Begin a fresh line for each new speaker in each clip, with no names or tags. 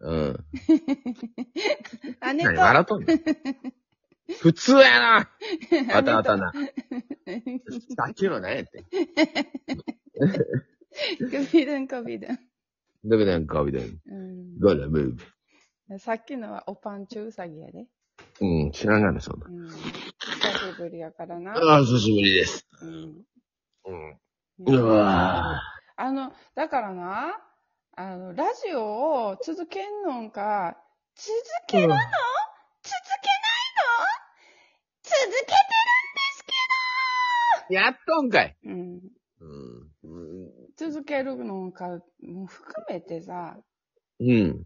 うん。 何
姉と、
笑っとんの普通やなあたあたな。さっきの何やって。
Gewinnen, gewinnen.
どこなんかみたいな。
うん
ゴールムーブ。
さっきのはおパンチウサギやで。
うん、知らんがな、そんな。
うん、久しぶりやからな。
ああ、久しぶりです。
うん、
うん。
ね
うわ
あの、だからな、あの、ラジオを続けんのんか、続けるの、続けないの続けて
やっとんかい
るんです
うん。う
けど、うん、続けるのんか、もう含めてさ、
ん。
ちょ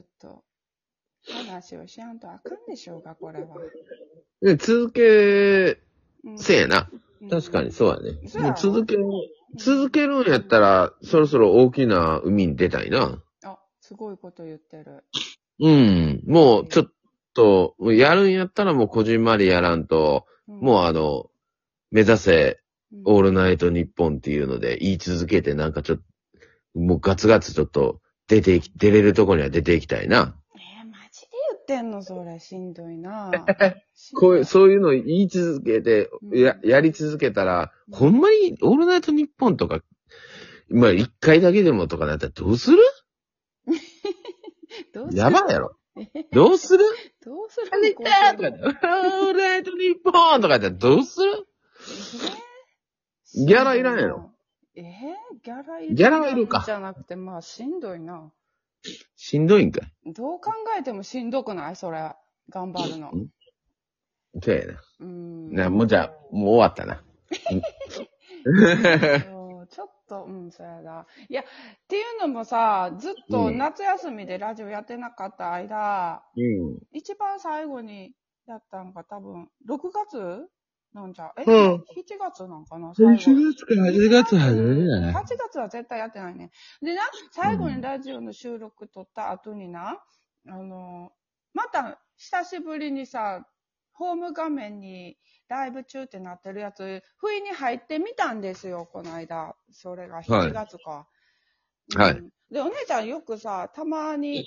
っと、話をしやんとあかんでしょうか、これは。
で続け、
うん
せやな。
うん
確かにそうやね。
そうや
もう
ろ
続け、
うん
続けるんやったら、そろそろ大きな海に出たいな。
あ、すごいこと言ってる。
うん。もう、ちょっと、もうやるんやったらもうこじんまりやらんと、もうあの、目指せ、
うん、
オールナイト日本っていうので、言い続けてなんかちょっと、もうガツガツちょっと、出ていき、出れるとこには出ていきたいな。
えーマジで言ってんのそれ、しんどいな
こういう、
う。
そういうのを言い続けて、
うん
や、やり続けたら、ほんまに、オールナイト日本とか、まあ一回だけでもとかなったらどうする
どうする
やばいやろ。どうする
どうする
やめたーとか言って、 オールナイト日本とか言ったらどうする
えー
ギャラいらんやろ。
えー、ギャラいる
ギャラはいるか
じゃなくて、まあ、しんどいな。
しんどいんかい。
どう考えてもしんどくないそれ。頑張るの。
そうやな。
うん。
な、もうじゃあ、もう終わったな。
そうちょっと、うん、そうやな。いや、っていうのもさ、ずっと
うん
夏休みでラジオやってなかった間、
うん。
一番最後にやったんが多分、6月なんじゃ、え、
うん
7月なんかな
1
最後。
月から8月始めるじゃな
8
い
月は絶対やってないね。でな、最後にラジオの収録撮った後にな、あの、また久しぶりにさ、ホーム画面にライブ中ってなってるやつ、不意に入ってみたんですよ、この間。それが7月か。
はい
うんで、お姉ちゃんよくさ、たまに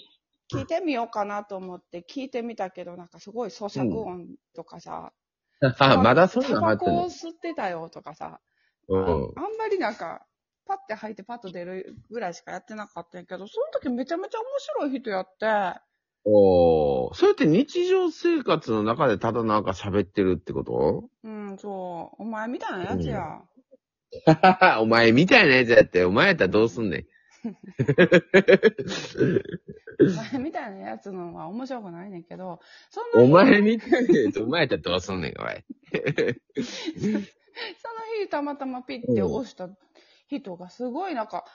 聞いてみようかなと思って聞いてみたけど、なんかすごい咀嚼音とかさ、
あ、まだそんな
タ
んあ
バ
ってん
コを
の
吸ってたよとかさ、
うん。
ああんまりなんか、パッて吐いてパッと出るぐらいしかやってなかったんやけど、その時めちゃめちゃ面白い人やって、
おー。そうやって日常生活の中でただなんか喋ってるってこと
うん、そう、お前みたいなやつや。
お前みたいなやつやって、お前やったらどうすんねん。
お前みたいなやつのは面白くないねんけど、その
お
日、
前みたいなやつ、お前やったらどうすんねん、おい。
その日たまたまピッて押した人がすごいなんか、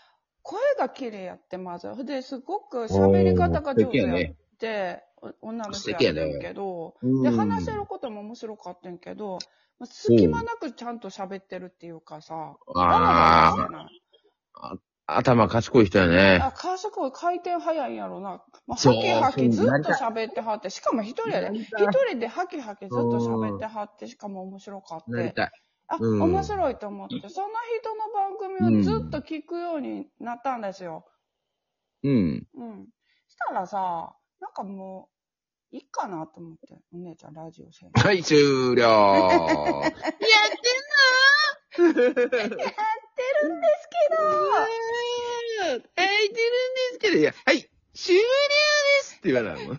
声が綺麗やってまず。で、すごく喋り方が上手やって、お女の人やってんけど、で、話せることも面白かったんけど、まあ隙間なくちゃんと喋ってるっていうかさ、バラバラし
あ
てない。
あ、頭賢い人やね。
あ、川崎は回転早いんやろな。まあ、
そう
ハキハキずっ
なん
と
か
喋ってはって、しかも一人やで。一人でハキハキずっと喋ってはって、しかも面白かっ
なり
て。
たい。
あ、
うん
面白いと思って、その人の番組をずっと聞くようになったんですよ。
うん。
うん。したらさ、なんかもう、いいかなと思って、お姉ちゃんラジオせん。
はい、 終了。やってんのやってるんですけどやってるんですけど、いや、はい、終了ですって言わ ないの。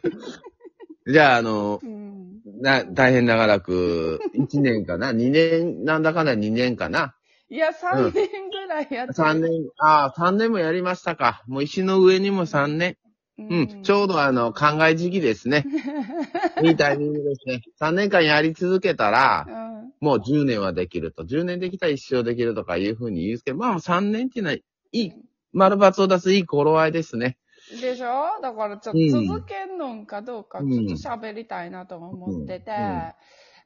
じゃあ、あの、
うん。
な、大変長らく、1年かな ?2 年、なんだかんだ2年かない
や、3年ぐらいやって
?3 年、ああ、3年もやりましたか。もう石の上にも3年。う、
うん
ちょうどあの、考え時期です ね。いいタイミングですね。3年間やり続けたら
う、ん。
もう10年はできると。10年できたら一生できるとかいうふうに言うんですけど、まあ3年っていうのは、いい、丸抜を出すいい頃合いですね。
でしょだからちょっ
う
と
ん
続けんのんかどうか、ち
うん
ょっと喋りたいなとも思ってて。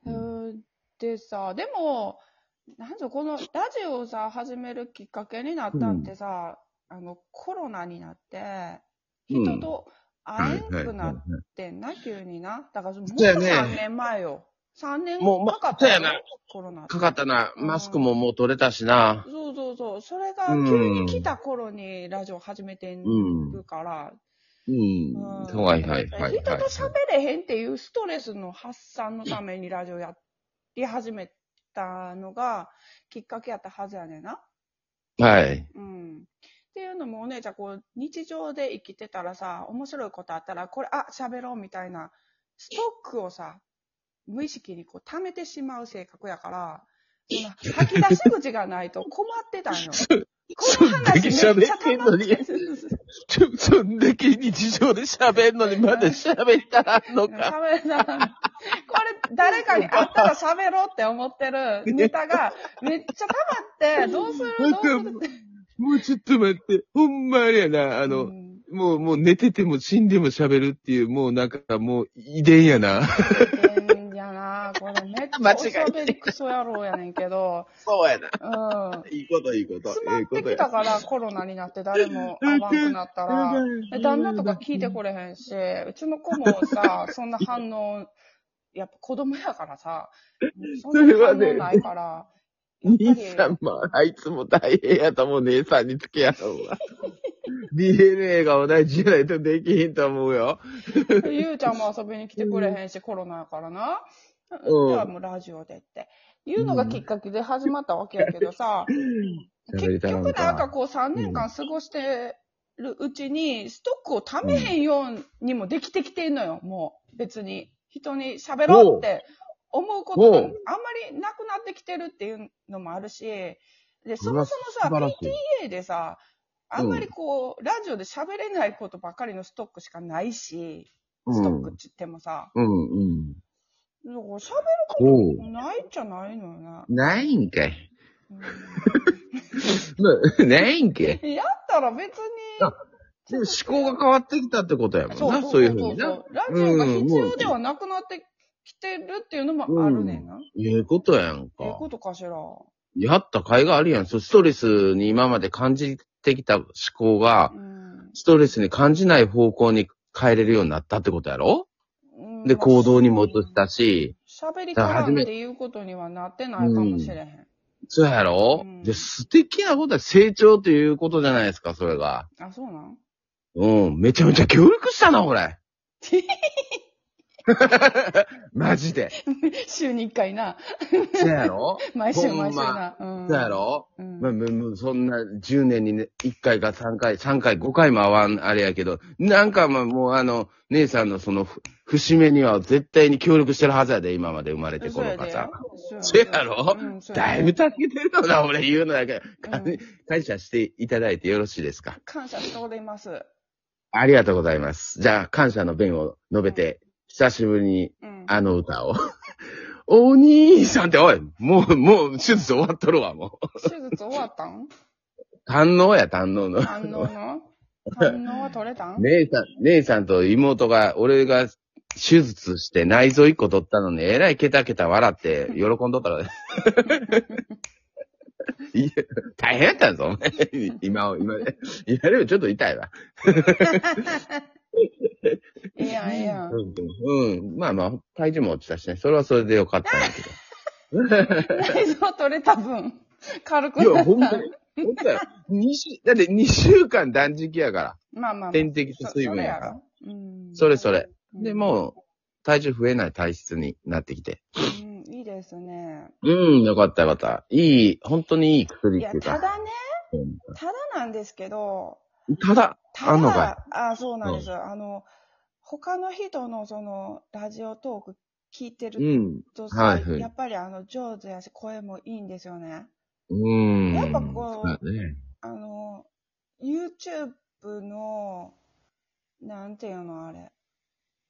うん
うんでさ、でも、なんぞこのラジオをさ、始めるきっかけになったってさ、あの、コロナになって、
うん
人と会えん
はい
くな
はい
っ
は
てんな、急にな。だからもう
そうやね
3年前よ。3年
もうま
かかったよ
そうやな
コロナ
い。かかったな。マスクももう取れたしな。
そうそうそう。それが
うん
急に来た頃にラジオ始めて
うん
るから、
うん。
うん
はいはいはいはい。
人と喋れへんっていうストレスの発散のためにラジオやり始めたのがきっかけやったはずやねんな。
はい。
うん。っていうのもお姉ちゃん、こう、日常で生きてたらさ、面白いことあったら、これ、あ、喋ろうみたいな、ストックをさ、無意識にこう、溜めてしまう性格やから、その吐き出し口がないと困ってたん よ。この話めっちゃ溜まって
ちょ、そんだけ日常で喋んのにまだ喋ったらあんのか。
喋らん。これ、誰かに会ったら喋ろうって思ってるネタが、めっちゃ溜まって、どうするどうするって。
もうちょっと待って、ほんまあれやな、あの、
うん
もう、もう寝てても死んでも喋るっていう、もうなんかもう遺伝やな。
変やなこれめっちゃおしゃべりクソ野郎やねんけど、
そうやな。
うん。詰
いいこといいこと。
まってきたからコロナになって誰も会わんくなったら、で旦那とか聞いてこれへんし、うちの子もさ、そんな反応、やっぱ子供やからさ、そんな反応ないから、やっ
兄
ぱ
さ
り
んも、あいつも大変やと思う、姉さんに付き合うわ。DNA が同じじゃないとできひんと思うよ。
でゆうちゃんも遊びに来てくれへんし、コロナやからな。
うん
じゃあもうラジオでって。いうのがきっかけで始まったわけやけどさ、
うん
結局なんかこう3
りたい
年間過ごしてるうちに、ストックを貯めへんようにもできてきてんのよ、もう。別に。人に喋ろうって思うことがあ
おうん
まりなくなってきてるっていうのもあるし、で、そもそもさ、
素晴らしい
PTA でさ、あんまりこう、ラジオで喋れないことばかりのストックしかないし、ストックって言ってもさ、
うん、うん。
だから喋る
こ
ことないじゃないのよな。
う。ないんかい。
うん
ないんけ。
やったら別に。
あでも思考が変わってきたってことやもんな、そういうふうにな。
ラジオが必要ではなくなってきてるっていうのもあるねんな。
ええことやん
ええこ
か。
とかしら。
やった甲斐があるやん。そうストレスに今まで感じてきた思考が
う、ん
ストレスに感じない方向に変えれるようになったってことやろ
うん
で、行動にも移したし、
喋りからんっていうことにはなってないかもしれへん。
そうやろ
うん
で、素敵なことは成長ということじゃないですか、それが。
あ、そうなん
うん、めちゃめちゃ協力したな、俺。マジで。
週に1回な。
そうやろ
毎週毎週な。
そうやろ
うん
まあ、むむそんな10年にね、1回か3回、3回、5回も会わん、あれやけど、なんかまあもうあの、姉さんのその、ふ節目には絶対に協力してるはずやで、今まで生まれてこの方。
そう
そうやろ
うんそうや
だいぶ助けてるよな、俺言うのやけど、か
うん
感謝していただいてよろしいですか。
感謝しております。
ありがとうございます。じゃあ、感謝の弁を述べて、久しぶりに
うん。
あの歌を。 お兄さんって、おい、もう、もう、手術終わっとるわ、もう。
手術終わったん
堪能や、堪能の。
反応の反応は取れたん
姉さん、姉さんと妹が、俺が手術して内臓一個取ったのに、えらいケタケタ笑って喜んどったから、 いや、大変やったぞ、お前。今を、今で。いや、でもちょっと痛いわ。
いやんいやん。
うん、うん。まあまあ、体重も落ちたしね、それはそれでよかったんだけど。
内臓取れた分、軽く
い
な
や、
った
ほん。まに。ほんとよ。二週、だって2週間断食やから。
まあまあまあ。
点滴と水分やから。
そ。うん
それそれ。で、
う
もう、体重増えない体質になってきて。
ん、いいですね。
うん、よかったよかった。いい、本当にいい薬
い
っ
や
てい、う
た
か。
だね、
うん
ただなんですけど、
ただ、
ただ、
あんのか
あそうなんです。あの、他の人のその、ラジオトーク聞いて
う
る
ん。
と
は
さ
いはい、
やっぱりあの、上手やし、声もいいんですよね。
うん。
やっぱこう
そうだね
あの、YouTube の、なんていうのあれ。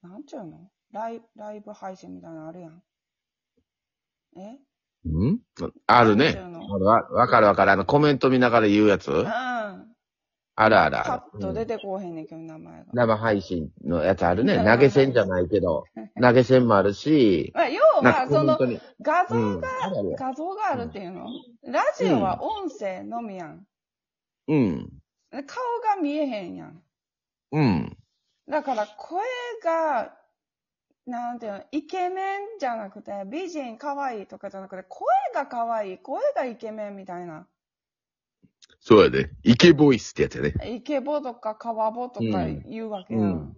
なんていうのライライブ配信みたいなのあるやん。え
うんある
なん
ね
ていう。の
あるわわかるわかる。あの、コメント見ながら言うやつ
うん。
あるあるあ
パッ
る。う
と出
ん
てこうへんねんけど、名前が。
生配信のやつあるね。
生
投げ
配信
銭じゃないけど。投げ銭もあるし、
まあ、要
な
は、
んか
そ
本
の
当、に。
画像、
うん。あるある
画像があるっていうのラジオは音声のみやん。
うん。
顔が見えへんやん。
うん。
だから、声が、なんていうの、イケメンじゃなくて、美人、可愛いとかじゃなくて、声が可愛い、声がイケメンみたいな。
そうやで。イケボイスってやつやね。
イケボとかカワボとか言うわけや、
うん。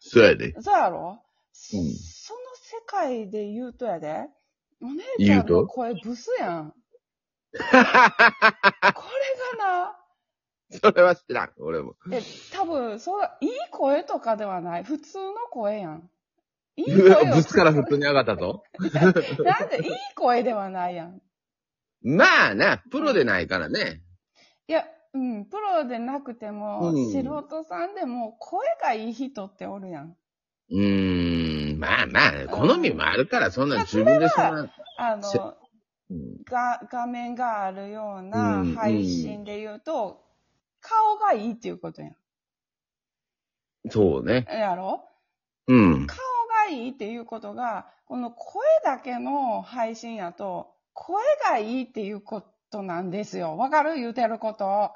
そうやで。
そうや
うん
ろ、その世界で言うとやで。お姉ち
言
ゃ
うんと
の声ブスやん。これが
それは知らん、俺も。
な、え、多分、そのいい声とかではない。普通の声やん。いいう 声
わ、
を
ぶつから普通に上がったぞ。
なんで、いい声ではないやん。
まあな、プロでないからね。
いや、うん、プロでなくても、
うん
素人さんでも声がいい人っておるやん。
うーん、まあまあ、好みもあるから、そんな
まあ
自分でそん
そ
な。
あ
せ
の、
うん
が、画面があるよ
う
うなん配信で言うと、顔がいいっていうことやん。
そうね。
やろ
うん。
顔がいいっていうことが、この声だけの配信やと、声がいいっていうことなんですよ。わかる言うてること。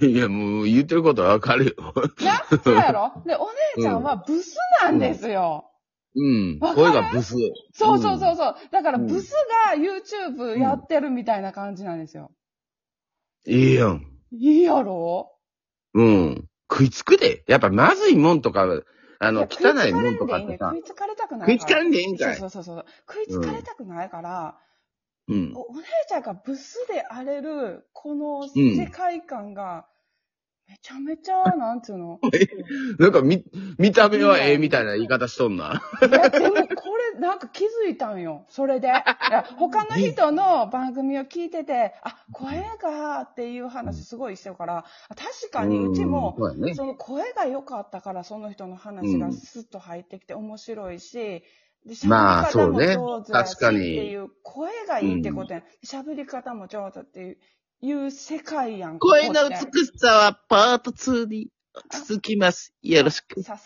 いや、もう言ってることはわかるよ。
な、そうやろで、お姉ちゃんはブスなんですよ。
うん。
わかる
声がブス。
そうそうそうそう。だから、
うん
ブスが YouTube やってるみたいな感じなんですよ。
いいやん。
いいやろ
うん。食いつくで。やっぱまずいもんとか、あ
あ
の、汚いもんとかってさ
食、いつかれたくない
食
から。
いつかんでいいんかい。
そうそうそうそう。食いつかれたくないから、
うん。
おお姉ちゃんがブスで荒れる、この世界観が、めちゃめちゃ、なんていうの
なんか、み、見た目はええみたいな言い方しとんな。
いや、でもこれ、なんか気づいたんよ。それで。いや他の人の番組を聞いてて、あ、声がっていう話すごいしてるから、確かにうちも、
んそうやね。
その声が良かったから、その人の話がスッと入ってきて面白いし、で喋り
まあ
方
そう
も
ね
上手だしっ
確かに
ていう、声がいいってことやん。喋り方も上手っていう、いう世界やんか。
声の
こうって
美しさはパート2に続きます。よろしく。
さす